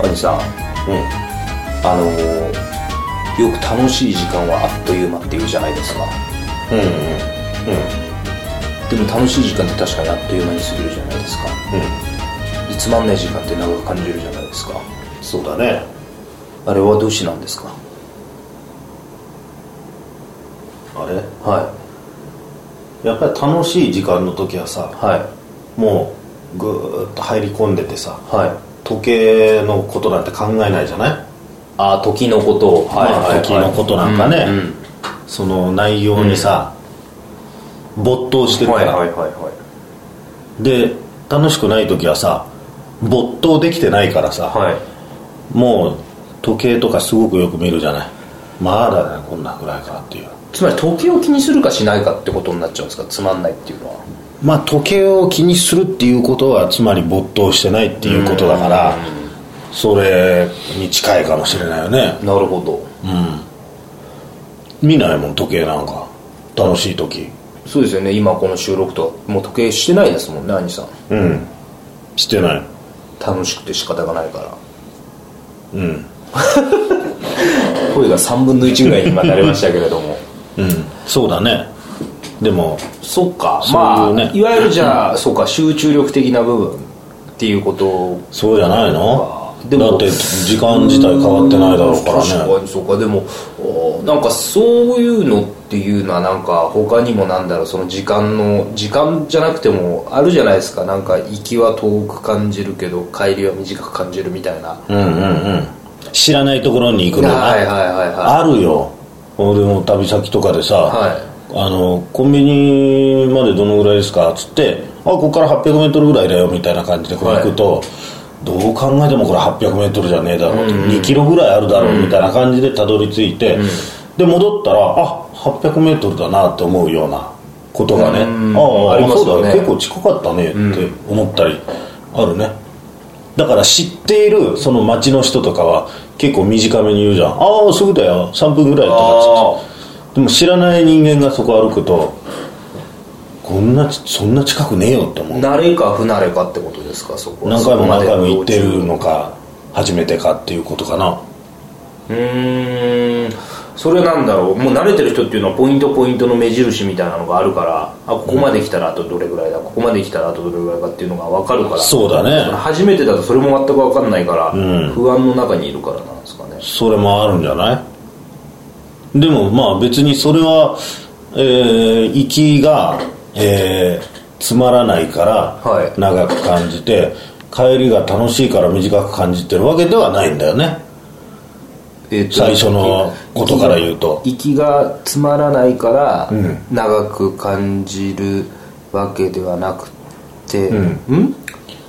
兄さんうあのーよく楽しい時間はあっという間っていうじゃないですかんうんうんでも楽しい時間って確かにあっという間に過ぎるじゃないですかうでつまんない時間って長く感じるじゃないですかんそうだねあれはどうしてなんですかあれはやっぱり楽しい時間の時はさいはいもうぐーっと入り込んでてさはい時計のことなんて考えないじゃないあ時のことを、まあ時のことなんかねその内容にさ、没頭してるから、いはいはいで楽しくない時はさ没頭できてないからさ、はいもう時計とかすごくよく見るじゃないまだねこんなぐらいかっていうつまり時計を気にするかしないかってことになっちゃうんですかつまんないっていうのはまあ時計を気にするっていうことはつまり没頭してないっていうことだからそれに近いかもしれないよねなるほど見ないもん時計なんか楽しい時そうですよね今この収録とかもう時計してないですもんね兄さんうんしてない楽しくて仕方がないからうん声が3分の1ぐらいに今なりましたけれどもうんそうだねでも そっかそういうねまあいわゆるじゃあ、そうか集中力的な部分っていうことそうじゃないのでもだって時間自体変わってないだろうから確かねにそうかでもおなんかそういうのっていうのはなんか他にもなんだろうその時間の時間じゃなくてもあるじゃないですかなんか行きは遠く感じるけど帰りは短く感じるみたいな、うんうんうん知らないところに行くのがはいはいはいはあるよ俺も旅先とかでさ、はいあのコンビニまでどのぐらいですかっつってあここから 800m ぐらいだよみたいな感じでこう行くと、どう考えてもこれ 800m じゃねえだろうと、2キロぐらいあるだろうみたいな感じでたどり着いて、で戻ったらあ 800m だなって思うようなことがね、うんああありますよねそうだね結構近かったねって思ったりあるね、だから知っているその町の人とかは結構短めに言うじゃんああすぐだよ3分ぐらいとかっつってでも知らない人間がそこ歩くとこんなちそんな近くねえよって思い、う慣れか不慣れかってことですかそこ何回も何回も行ってそこまでるのか初めてかっていうことかなうーんそれなんだろうもう慣れてる人っていうのはポイントポイントの目印みたいなのがあるからあここまで来たらあとどれぐらいだここまで来たらあとどれぐらいかっていうのが分かるからそうだね初めてだとそれも全く分かんないから、不安の中にいるからなんですかねそれもあるんじゃないでもまあ別にそれはえー行きが、えーつまらないからはい長く感じて、帰りが楽しいから短く感じてるわけではないんだよねえーと最初のことから言うと息がつまらないから長く感じるわけではなくて、ん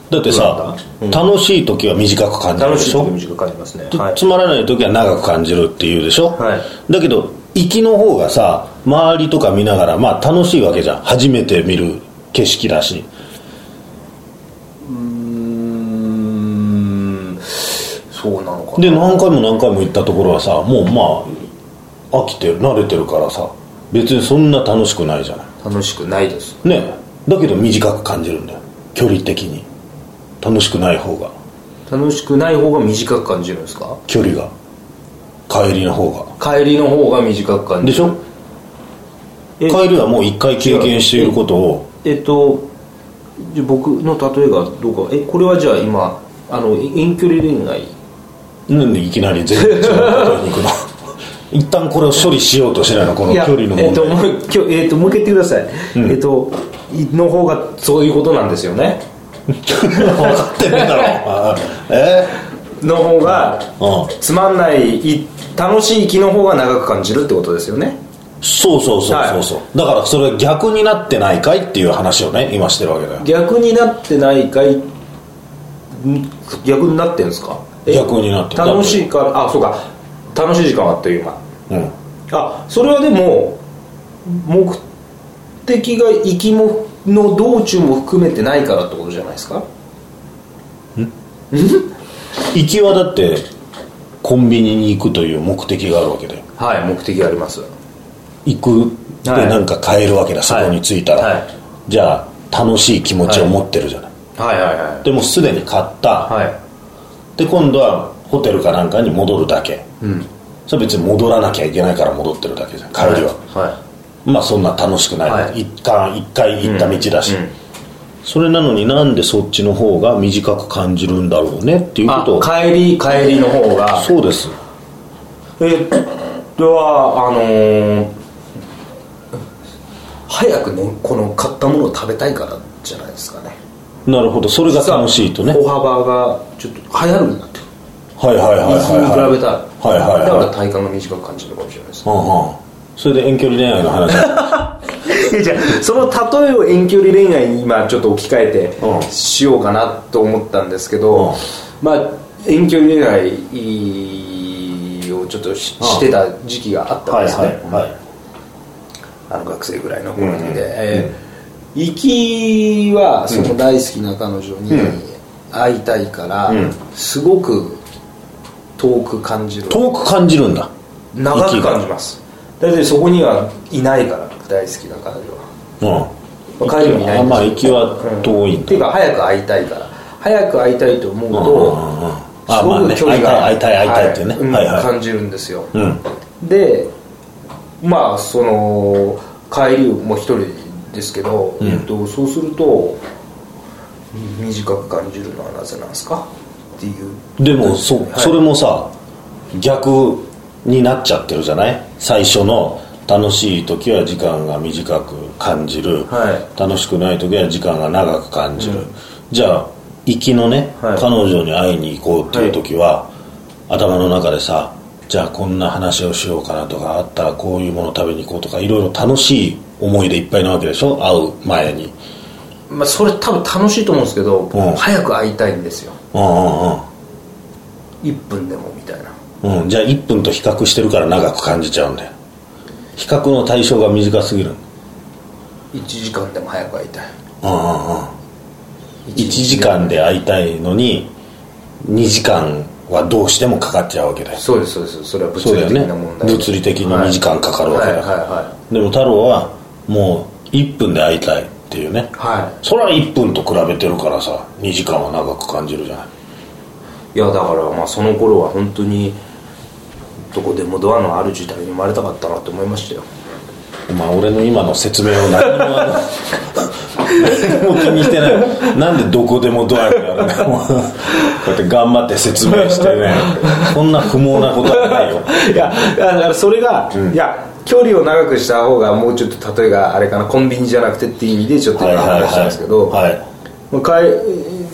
だってさ、楽しい時は短く感じる楽でしいしとょこ短く感じますねではいつまらない時は長く感じるっていうでしょ、はいだけど行きの方がさ周りとか見ながらまあ楽しいわけじゃん初めて見る景色だしうんそうなのかなで何回も何回も行ったところはさもうまあ飽きてる慣れてるからさ別にそんな楽しくないじゃない楽しくないですねだけど短く感じるんだよ距離的に楽しくない方が楽しくない方が短く感じるんですか距離が帰りの方が帰りの方が短く感でじるしょえ帰りはもう一回経験していることをえっとじゃあ僕の例えがどうかえこれはじゃあ今あのい遠距離恋愛なんでいきなり全然違うことに行く の一旦これを処理しようとしないのこの距離のえっ問と題もうきょえっともう一回言ってください、えっといの方がそういうことなんですよね分かってねえだろああえの方がうんつまんないい楽しい気の方が長く感じるってことですよねそうそうそうそうそう、だからそれ逆になってないかいっていう話をね今してるわけだよ逆になってないかいん逆になってんですかえ逆になってる楽しいからあそうか楽しい時間はあっという間うんあそれはでも目的が行きもの道中も含めてないからってことじゃないですか行きはだってコンビニに行くという目的があるわけではい目的があります行くではいなんか買えるわけだ、そこに着いたら、はいじゃあ楽しい気持ちを持ってるじゃない、はいはいはでもすでに買った、いはいで今度はホテルかなんかに戻るだけうんそれは別に戻らなきゃいけないから戻ってるだけじゃん帰りは、はまあそんな楽しくない、はい一貫一回行った道だし、い、うんそれなのになんでそっちの方が短く感じるんだろうねっていうこあとを帰り帰りの方がそうですえではあのー早くねこの買ったものを食べたいからじゃないですかねなるほどそれが楽しいとね歩幅がちょっと流行るんだってはいはいはいはい水に比べたら、はいはいはいだから体感が短く感じるかもしれないですうんうんそれで遠距離恋愛 の話いやじゃあその例えを遠距離恋愛に今ちょっと置き換えて、うんしようかなと思ったんですけど、うんまあ遠距離恋愛をちょっとし,、うんしてた時期があったんですね、はあの学生ぐらいの頃にで、えー行きはその大好きな彼女に会いたいから、うんすごく遠く感じる遠く感じるんだ長く感じますだってそこにはいないから大好きな彼女は。うん帰りもいないあんですよまあ行きは遠いっんていだ、うか早く会いたいから早く会いたいと思ううんうんうんうんとすあまあごねく距離が会いたい会いたい会いたいっていうねはうんはいはい感じるんですようんでまあその帰りも一人ですけどんえっとそうすると短く感じるのはなぜなんですかっていうでもそ,、はいそれもさ逆になっちゃってるじゃない最初の楽しい時は時間が短く感じる、は楽しくない時は時間が長く感じる、じゃあ行きのね、はい彼女に会いに行こうっていう時は、頭の中でさじゃあこんな話をしようかなとかあったらこういうもの食べに行こうとかいろいろ楽しい思い出いっぱいなわけでしょ会う前にまあそれ多分楽しいと思うんですけど僕うん早く会いたいんですようんうんうん1分でもみたいなうん、じゃあ1分と比較してるから長く感じちゃうんだよ比較の対象が短すぎる1時間でも早く会いたいうんうんうん1時間で会いたいのに2時間はどうしてもかかっちゃうわけだよそうですそうですそれは物そうだ理よ的ねな問題で物理的に2時間かかるわけだから、はいはいはいでも太郎はもう1分で会いたいっていうねはそれは1分と比べてるからさ2時間は長く感じるじゃないい、いやだからまあその頃は本当にどこでもドアのある時代に生まれたかったなって思いましたよまあ俺の今の説明を何もあの何も気にしてないなんでどこでもドアにあるんだろうこうやって頑張って説明してねこんな不毛なことはないよいやだからそれが、いや距離を長くした方がもうちょっと例えばあれかなコンビニじゃなくてっていう意味でちょっとはい今はい話したんですけど、はい、もうかい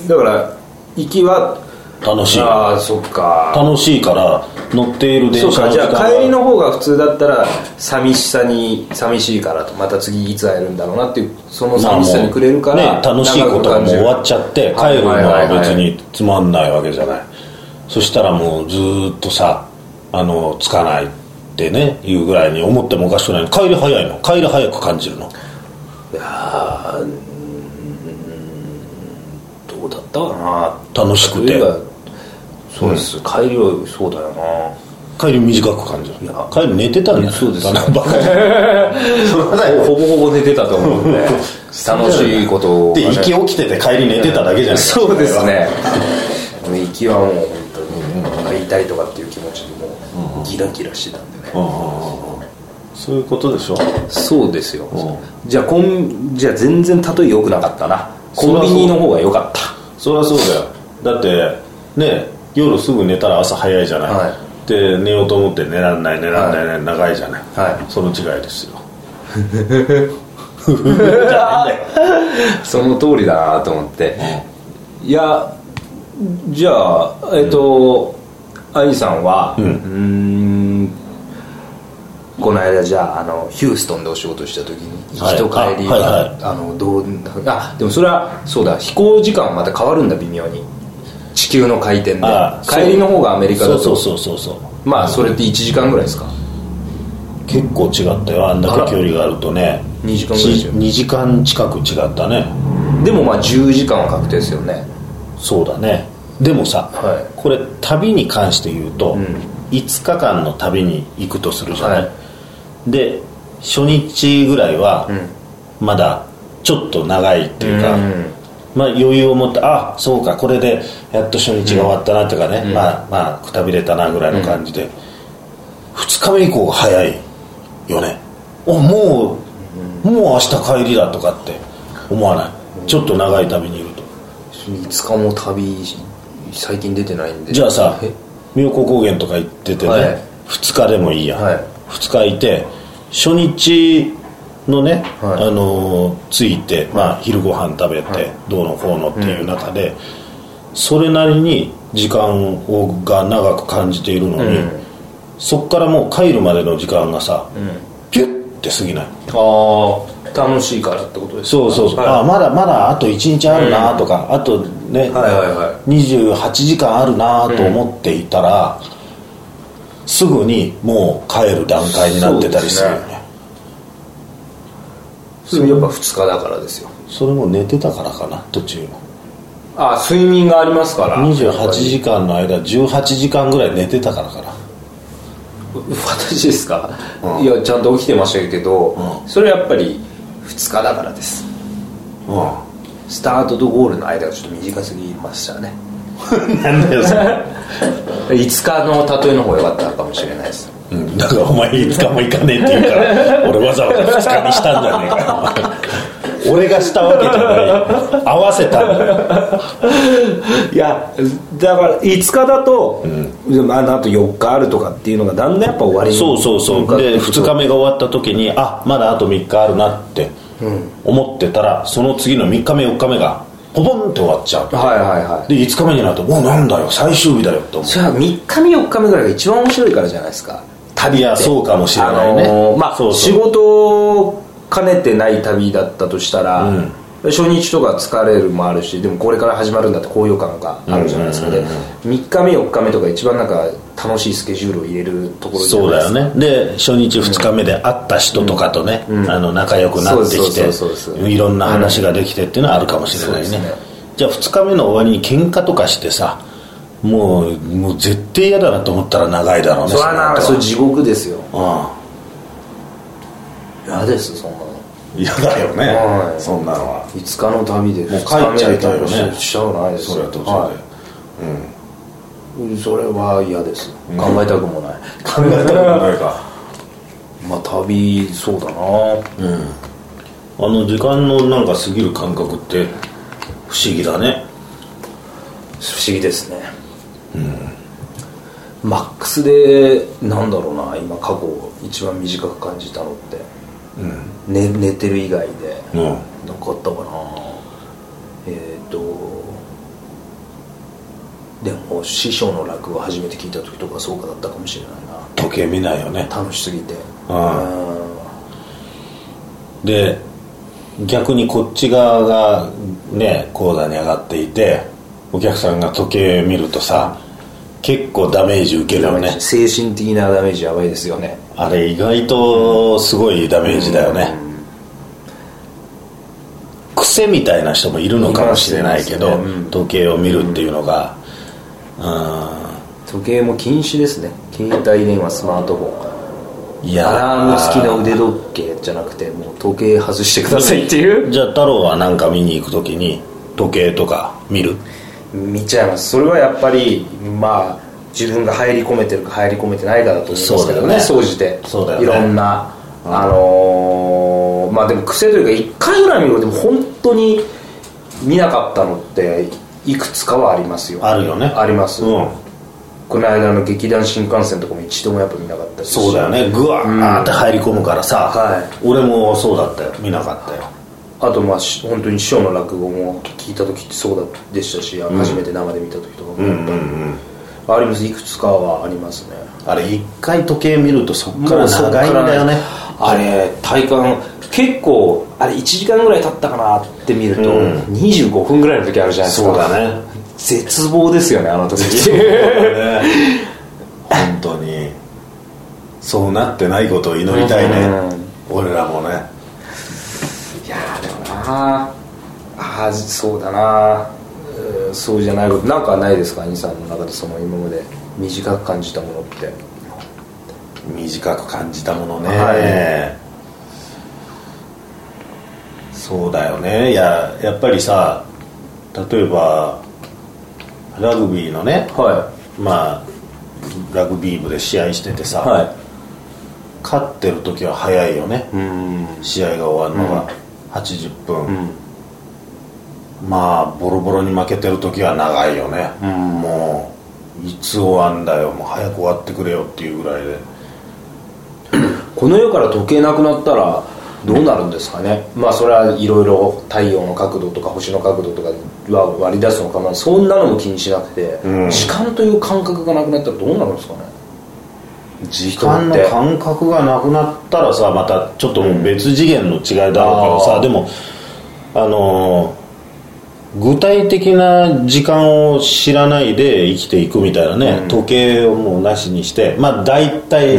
だから行きははい、楽しいああそっか楽しいから乗っている電そう車かの時じ間ゃがあ帰りの方が普通だったら寂しさに寂しいからとまた次いつ会えるんだろうなっていうそのまあも寂しさにくれるかねら、、楽しいことがもう終わっちゃって帰るのはいはいはいはは別いにつまんないわけじゃないそしたらもうずーっとさあのつかないってねいうぐらいに思ってもおかしくない帰り早いの帰り早く感じるのどうだったかな楽しくて例えばそうです、帰りはそうだよ帰り短く感じるや帰り寝てたんだよそうですよバカじゃんそれはないなよ ほぼほぼ寝てたと思うん で楽しいことを、で行き起きてて帰り寝てただけじゃないそうですね行きはもう本当に会いたいとかっていう気持ちでもうギラギラしてたんでね、そういうことでしょそうですよ、うじゃあコンじゃあ全然例え良くなかったなコンビニの方が良かったそりゃそうだよだってね夜すぐ寝たら朝早いじゃない、はで寝ようと思って寝らんない寝らんない、長いじゃない、はその違いですよその通りだなと思って、いやじゃあえっと、アイさんはうんーんこの間じゃああのヒューストンでお仕事した時に行はいきと帰りあはいはあのどうあでもそれはそうだ飛行時間はまた変わるんだ微妙に地球の回転でああ帰りの方がアメリカだそとうそうそうそうそうまあそれって1時間ぐらいですか結構違ったよあんだけ距離があるとね二時間ぐらいですよ2時間近く違ったねでもまあ10時間は確定ですよねそうだねでもさ、はいこれ旅に関して言うと、ん5日間の旅に行くとするじゃない、はで初日ぐらいは、まだちょっと長いっていうか、うんまあ、余裕を持ってあそうかこれでやっと初日が終わったなとかね、まあまあくたびれたなぐらいの感じで、2日目以降が早いよねおもう、もう明日帰りだとかって思わないちょっと長い旅にいると5日も旅最近出てないんでじゃあさえ妙高高原とか行っててね、はい2日でもいいや、はい2日いて初日のね、はいあのー着いて、まあ、昼ご飯食べて、どうのこうのっていう中で、それなりに時間をが長く感じているのに、うんそっからもう帰るまでの時間がさ、ピュッて過ぎないああ楽しいからってことですそうそうそう、はいあまだまだあと1日あるなとか、あとね、はいはいは28時間あるなと思っていたら、すぐにもう帰る段階になってたりするよそうねそれやっぱ2日だからですよそれも寝てたからかな途中ああ睡眠がありますから28時間の間18時間ぐらい寝てたからかな私ですか、いやちゃんと起きてましたけど、うそれやっぱり2日だからですうスタートとゴールの間がちょっと短すぎましたねんなんだよそれ、 5日の例えの方が良かったのかもしれないです うん、だからお前5日も行かねえって言うから俺わざわざ2日にしたんじゃねえか よ俺がしたわけじゃない合わせたんだよ いやだから5日だと、まあ、あと4日あるとかっていうのがだんだんやっぱ終わりにそうそうそうで2日目が終わった時にあまだあと3日あるなって思ってたらその次の3日目4日目がポポンって終わっちゃうはいはいはいで5日目になると「おなんだよ最終日だよ」って思じゃあ3日目4日目ぐらいが一番面白いからじゃないですか旅っていやそうかもしれないねあのーまあそうそう仕事を兼ねてない旅だったとしたら、うん初日とか疲れるもあるしでもこれから始まるんだって高揚感があるじゃないですかね、うんうんうん3日目4日目とか一番なんか楽しいスケジュールを入れるとこうろじゃそなういだですよかねで初日2日目で会った人とかとね、あの仲良くなってきそうそうそうそうていろんな話ができてっていうのはあるかもしれないね,、そうですねじゃあ2日目の終わりに喧嘩とかしてさもうもう絶対嫌だなと思ったら長いだろうねそれはなそそのれ地獄ですよ後はうん嫌ですそんなの嫌だよね、はいそんなのは5日の旅でもう帰っちゃいたいよね二日目でしちゃうないですそれは当然で、はいうんそれは嫌です考えたくもない、考えたことない かまあ旅そうだなあの時間のなんか過ぎる感覚って不思議だね不思議ですねうんマックスでなんだろうな今過去一番短く感じたのって、寝寝てる以外でうんなんかあったかなえっ、とでも師匠の落語を初めて聞いた時とかそうかだったかもしれないな時計見ないよね楽しすぎてあうんで逆にこっち側がね高座に上がっていてお客さんが時計見るとさ結構ダメージ受けるよね精神的なダメージやばいですよねあれ意外とすごいダメージだよね、癖みたいな人もいるのかもしれないけいどますねうん時計を見るっていうのがうん時計も禁止ですね携帯電話スマートフォいンやアラーム付きの腕時計じゃなくてもう時計外してくださいっていうじゃあ太郎は何か見に行くときに時計とか見る見ちゃいますそれはやっぱりまあ自分が入り込めてるか入り込めてないかだと思うんですけそうだどよねね総じてそうだよねいろんなあのーまあでも癖というか1回ぐらい見るでも本当に見なかったのっていくつかはありますよあるよねあります、うんこの間の劇団新幹線とかも一度もやっぱ見なかったですしそうだよねぐわーって入り込むからさ、は俺もそうだったよ見なかったよあとまあし本当に師匠の落語も聞いた時ってそうだでしたし、初めて生で見た時とかもやっぱり、ありますいくつかはありますねあれ一回時計見るとそっから長いんだよねあれ体感結構あれ1時間ぐらい経ったかなって見ると、うん25分ぐらいの時あるじゃないですかそうだね絶望ですよねあ の時ね本当にそうなってないことを祈りたいね、俺らもねいやーでもなーあーそうだなうーそうじゃないことなんかないですか兄さんの中でその今まで短く感じたものって短く感じたものね、はそうだよねいややっぱりさ例えばラグビーのねはまあラグビー部で試合しててさ、いは勝ってる時は早いよねいうん試合が終わるのが80分、まあボロボロに負けてる時は長いよね、もういつ終わんだよもう早く終わってくれよっていうぐらいでこの世から時計なくなったらどうなるんですかねまあそれはいろいろ太陽の角度とか星の角度とかは割り出すのかなそんなのも気にしなくて、うん時間という感覚がなくなったらどうなるんですかね時間の感覚がなくなったらさまたちょっともう別次元の違いだろうけどさ、あーでもあのー具体的な時間を知らないで生きていくみたいなね、時計をもうなしにしてまあ大体、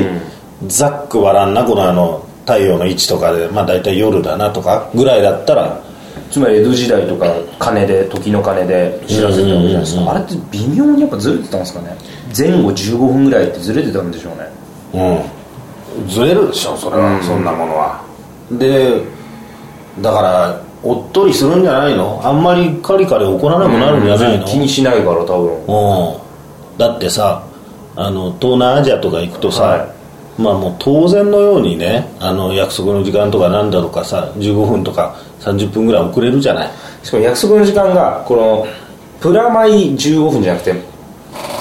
ざっくばらんなこのあの太陽の位置とかでまあ大体夜だなとかぐらいだったらつまり江戸時代とか金で時の金で知らせてたわけじゃないですか、うんうんうんあれって微妙にやっぱずれてたんですかね前後15分ぐらいってずれてたんでしょうねうんずれるでしょそれは、うんそんなものはでだからおっとりするんじゃないのあんまりカリカリ怒らなくなるんじゃないの、気にしないから多分うんだってさあの東南アジアとか行くとさ、はまあもう当然のようにねあの約束の時間とかなんだとかさ15分とか30分ぐらい遅れるじゃないしかも約束の時間がこのプラマイ15分じゃなくて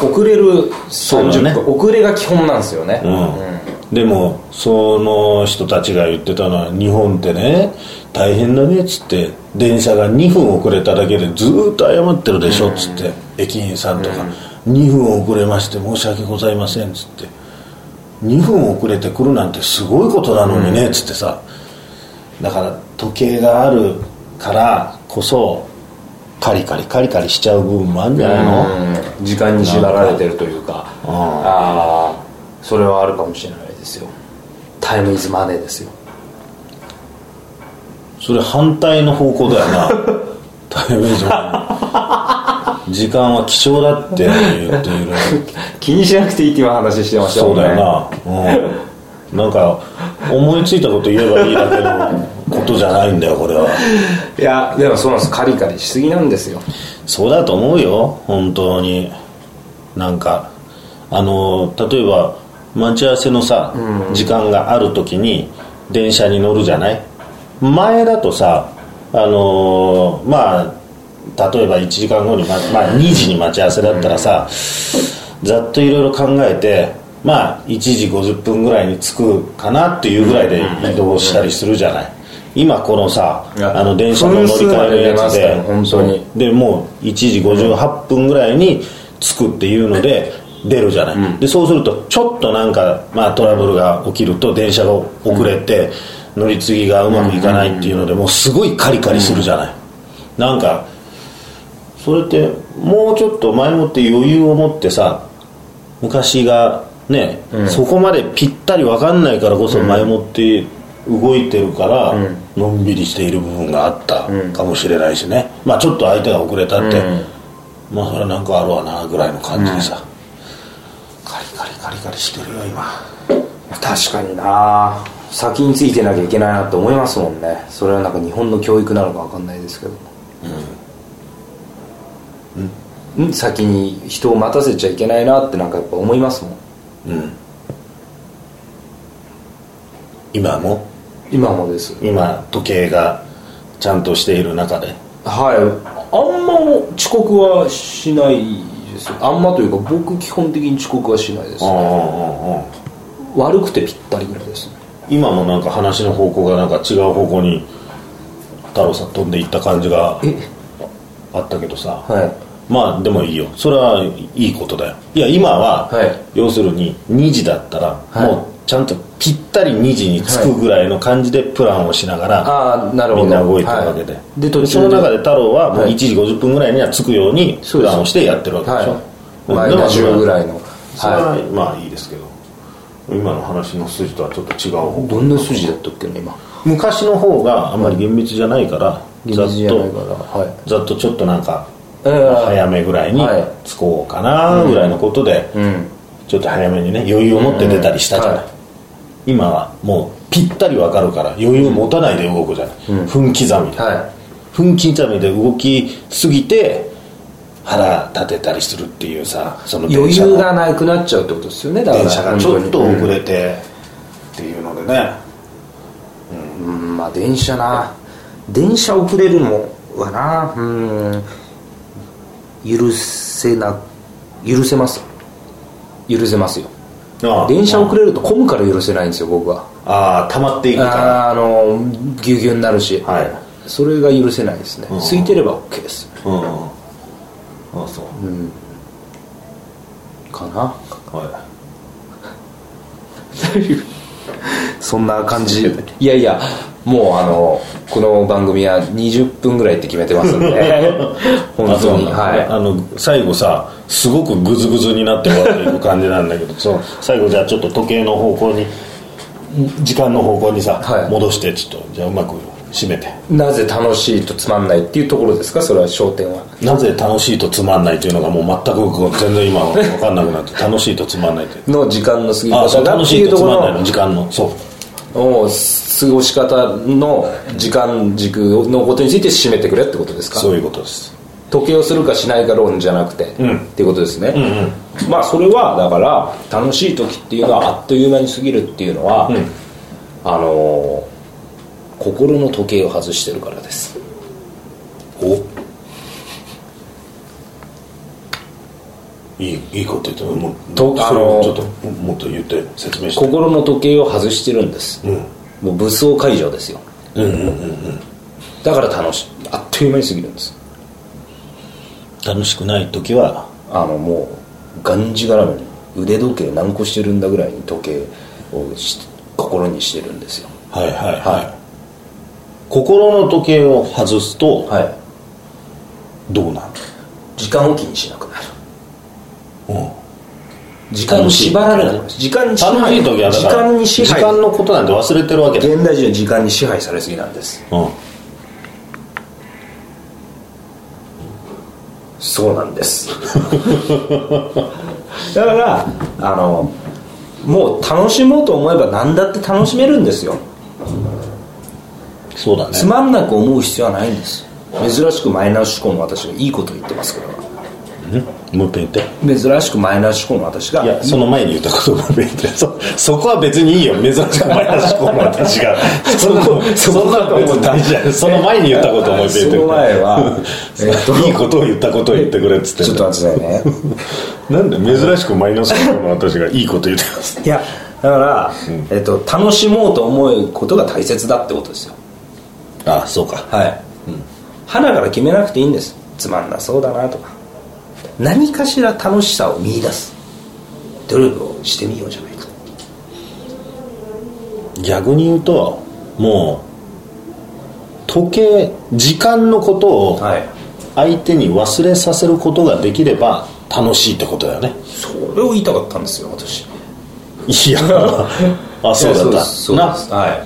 遅れるそうだ30分、ね遅れが基本なんですよね、うんでもその人たちが言ってたのは日本ってね大変だねっつって電車が2分遅れただけでずーっと謝ってるでしょっつって、駅員さんとか、2分遅れまして申し訳ございませんっつって2分遅れてくるなんてすごいことなのにねっつってさだから時計があるからこそカリカリカリカリしちゃう部分もあるんじゃないの、うん時間に縛られてるというかうんああそれはあるかもしれないですよタイムイズマネーですよそれ反対の方向だよなタイムイズマネー時間は貴重だって言っている気にしなくていいって今話してましたそもうんねだよな、うん、なんか思いついたこと言えばいいだけのことじゃないんだよこれはいやでもそうなんですカリカリしすぎなんですよそうだと思うよ本当になんかあの例えば待ち合わせのさ、時間がある時に電車に乗るじゃない前だとさあのまあ例えば1時間後に、ままあ、2時に待ち合わせだったらさ、ざっといろいろ考えてまあ1時50分ぐらいに着くかなっていうぐらいで移動したりするじゃない今このさいやあの電車の乗り換えのやつで分数まで出ますから本当にでもう1時58分ぐらいに着くっていうので出るじゃない、でそうするとちょっとなんか、まあ、トラブルが起きると電車が遅れて乗り継ぎがうまくいかないっていうのでもうすごいカリカリするじゃない、なんかそれってもうちょっと前もって余裕を持ってさ昔がね、そこまでぴったり分かんないからこそ前もって動いてるから、のんびりしている部分があったかもしれないしね、まあちょっと相手が遅れたって、まあそれはなんかあるわなぐらいの感じでさ、カリカリカリカリしてるよ今確かにな先についてなきゃいけないなって思いますもんねそれはなんか日本の教育なのか分かんないですけどうん、先に人を待たせちゃいけないなってなんかやっぱ思いますもん今も今もです今時計がちゃんとしている中ではいあんま遅刻はしないですよあんまというか僕基本的に遅刻はしないですああ悪くてぴったりぐらいですね今もなんか話の方向がなんか違う方向に太郎さん飛んでいった感じがあったけどさ、はいまあでもいいよそれはいいことだよいや今は、はい要するに2時だったら、はいもうちゃんとぴったり2時に着くぐらいの感じでプランをしながら、ああなるほどみんな動いてるわけで、はいで途中でその中で太郎はもうはい1時50分ぐらいには着くようにそうでプすランをしてやってるわけでしはいょ、うんマイでもナス10ぐらいのそれは、はまあいいですけど今の話の筋とはちょっと違う方向いどんな筋だったっけね今昔の方があんまり厳密じゃないから、現ざっ実じゃないかとらはいざっとちょっとなんか、えー早めぐらいにはい着こうかなぐらいのことで、うんちょっと早めにね余裕を持って出たりしたじゃない、うんはい今はもうぴったり分かるから余裕を持たないで動くじゃない、分刻みで、はい分刻みで動きすぎて腹立てたりするっていうさその電余車裕ががなくなっちゃうってことですよねだから電車がちょっと本当に遅れてっていうのでね、うんまあ電車な電車遅れるのはなうん許せな許せます許せますよああ電車遅れると混むから許せないんですよ僕はああ溜まっていくからあーあのぎゅうぎゅうになるし、はいそれが許せないですね、うん空いてれば OK ですうんああそう、かなは そんな感じ いやいやもうあのこの番組は20分ぐらいって決めてますんで い本あそ当うになんだはいあの最後さすごくグズグズになって終わっていく感じなんだ けどそう最後じゃあちょっと時計の方向に時間の方向にさ、はい戻してちょっとじゃあうまく締めてなぜ楽しいとつまんないっていうところですかそれは焦点はなぜ楽しいとつまんないというのがもう全くこう全然今分かんなくなって 楽しいとつまんないというの時間の過ぎああそ方うだ楽ってしいいうととつこまんないろの時間のそうの過ごし方の時間軸のことについて締めてくれってことですかそういうことです時計をするかしないか論じゃなくて、んっていうことですね、まあそれはだから楽しい時っていうのはあっという間に過ぎるっていうのは、んあのー心の時計を外してるからですおいいいいこと言ってもうとそれをあのちょっともっと言って説明して心の時計を外してるんです、うんもう武装解除ですようんうんうんだから楽しいあっという間に過ぎるんです楽しくない時はあのもうがんじがらめに腕時計何個してるんだぐらいに時計をし心にしてるんですよはいはいはい、心の時計を外すとはいどうなる、時間を気にしなくなるうん、時間に縛られない時間に支楽配しい時はだ時から間に支時配間のことなんて忘れてるわけだ、うん、現代人は時間に支配されすぎなんですそうなんです だからあのもう楽しもうと思えば何だって楽しめるんですよそうだねつまんなく思う必要はないんです珍しくマイナス思考の私がいいこと言ってますこれはもう一遍言って珍しくマイナス思考の私がいやその前に言ったことも別にそそこは別にいいよ珍しく前らしく思う私が そんなそそこんなの別に大事じゃないその前に言ったことをもう一遍そ言のって前 はえっといいことを言ったことを言ってくれっつってちょっと待ってくださいねなんで珍しくマイナス思考の私がいいこと言ってますいやだから、えっと、楽しもうと思うことが大切だってことですよああそうかはい、花から決めなくていいんですつまんなそうだなとか何かしら楽しさを見出す努力をしてみようじゃないか逆に言うともう時計時間のことをはい相手に忘れさせることができれば楽しいってことだよねそれを言いたかったんですよ私 いやあそうだいっやたそうなですは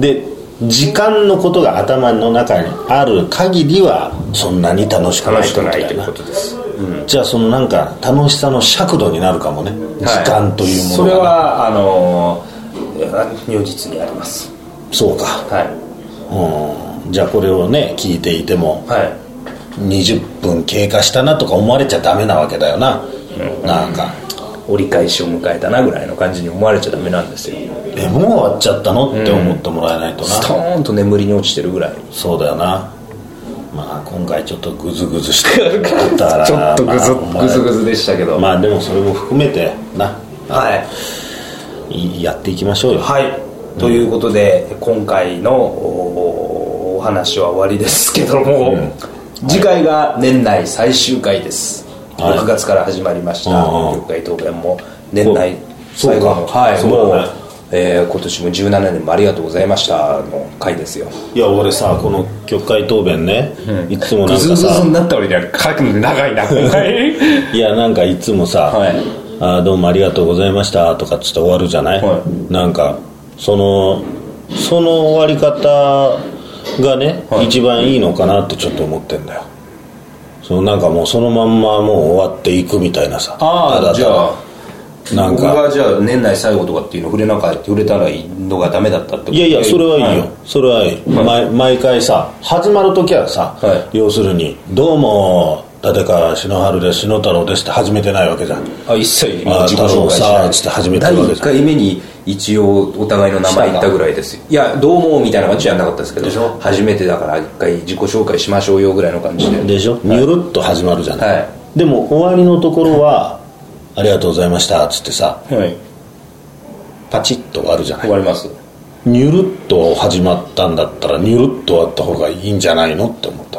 で時間のことが頭の中にある限りはそんなに楽しいくない楽しくないっとていこうこととですだよなじゃあそのなんか楽しさの尺度になるかもね、時間というもそのれがはあのー如実にありますそうかはいうんじゃあこれをね聞いていてもはい20分経過したなとか思われちゃダメなわけだよな、なんか折り返しを迎えたなぐらいの感じに思われちゃダメなんですよえもう終わっちゃったのって思ってもらえないとな、ストーンと眠りに落ちてるぐ らいそうだよなまあ今回ちょっとグズグズしてたからちょっとグズ,、まあお前グズグズでしたけど、まあでもそれも含めてなはいいやっていきましょうよはいということで、今回のおお話は終わりですけども、うん次回が年内最終回です、はい6月から始まりましたうんうん業界答弁も年内そう最後のそうかはいそうもだうね、えー今年も17年もありがとうございましたの回ですよいや俺さこの曲会答弁ね、いつもなんグかズさグズになった俺には書くの長いな はいいやなんかいつもさ「はいあーどうもありがとうございました」とかっつって終わるじゃない、はなんかそのその終わり方がね、はい一番いいのかなってちょっと思ってんだよそのなんかもうそのまんまもう終わっていくみたいなさああじゃあなん僕かがじゃあ年内最後とかっていうの触れなかった触れたらいいのがダメだったってこといいやいやそれはいいよ、はそれはいい、毎毎回さ始まる時はさ、は要するに「どうも立川篠原です篠太郎です」って始めてないわけじゃんあ一切あ自己紹介し太郎なさいんつって始めてる第わけ1じゃん回目に一応お互いの名前言ったぐらいですよいやどうもみたいな感じじゃなかったですけどでしょ初めてだから一回自己紹介しましょうよぐらいの感じででしょ、にゅるっと始まるじゃない、はでも終わりのところは「ありがとうございました」っつってさはいパチッと終わるじゃない終わりますにゅるっと始まったんだったらにゅるっと終わった方がいいんじゃないのって思う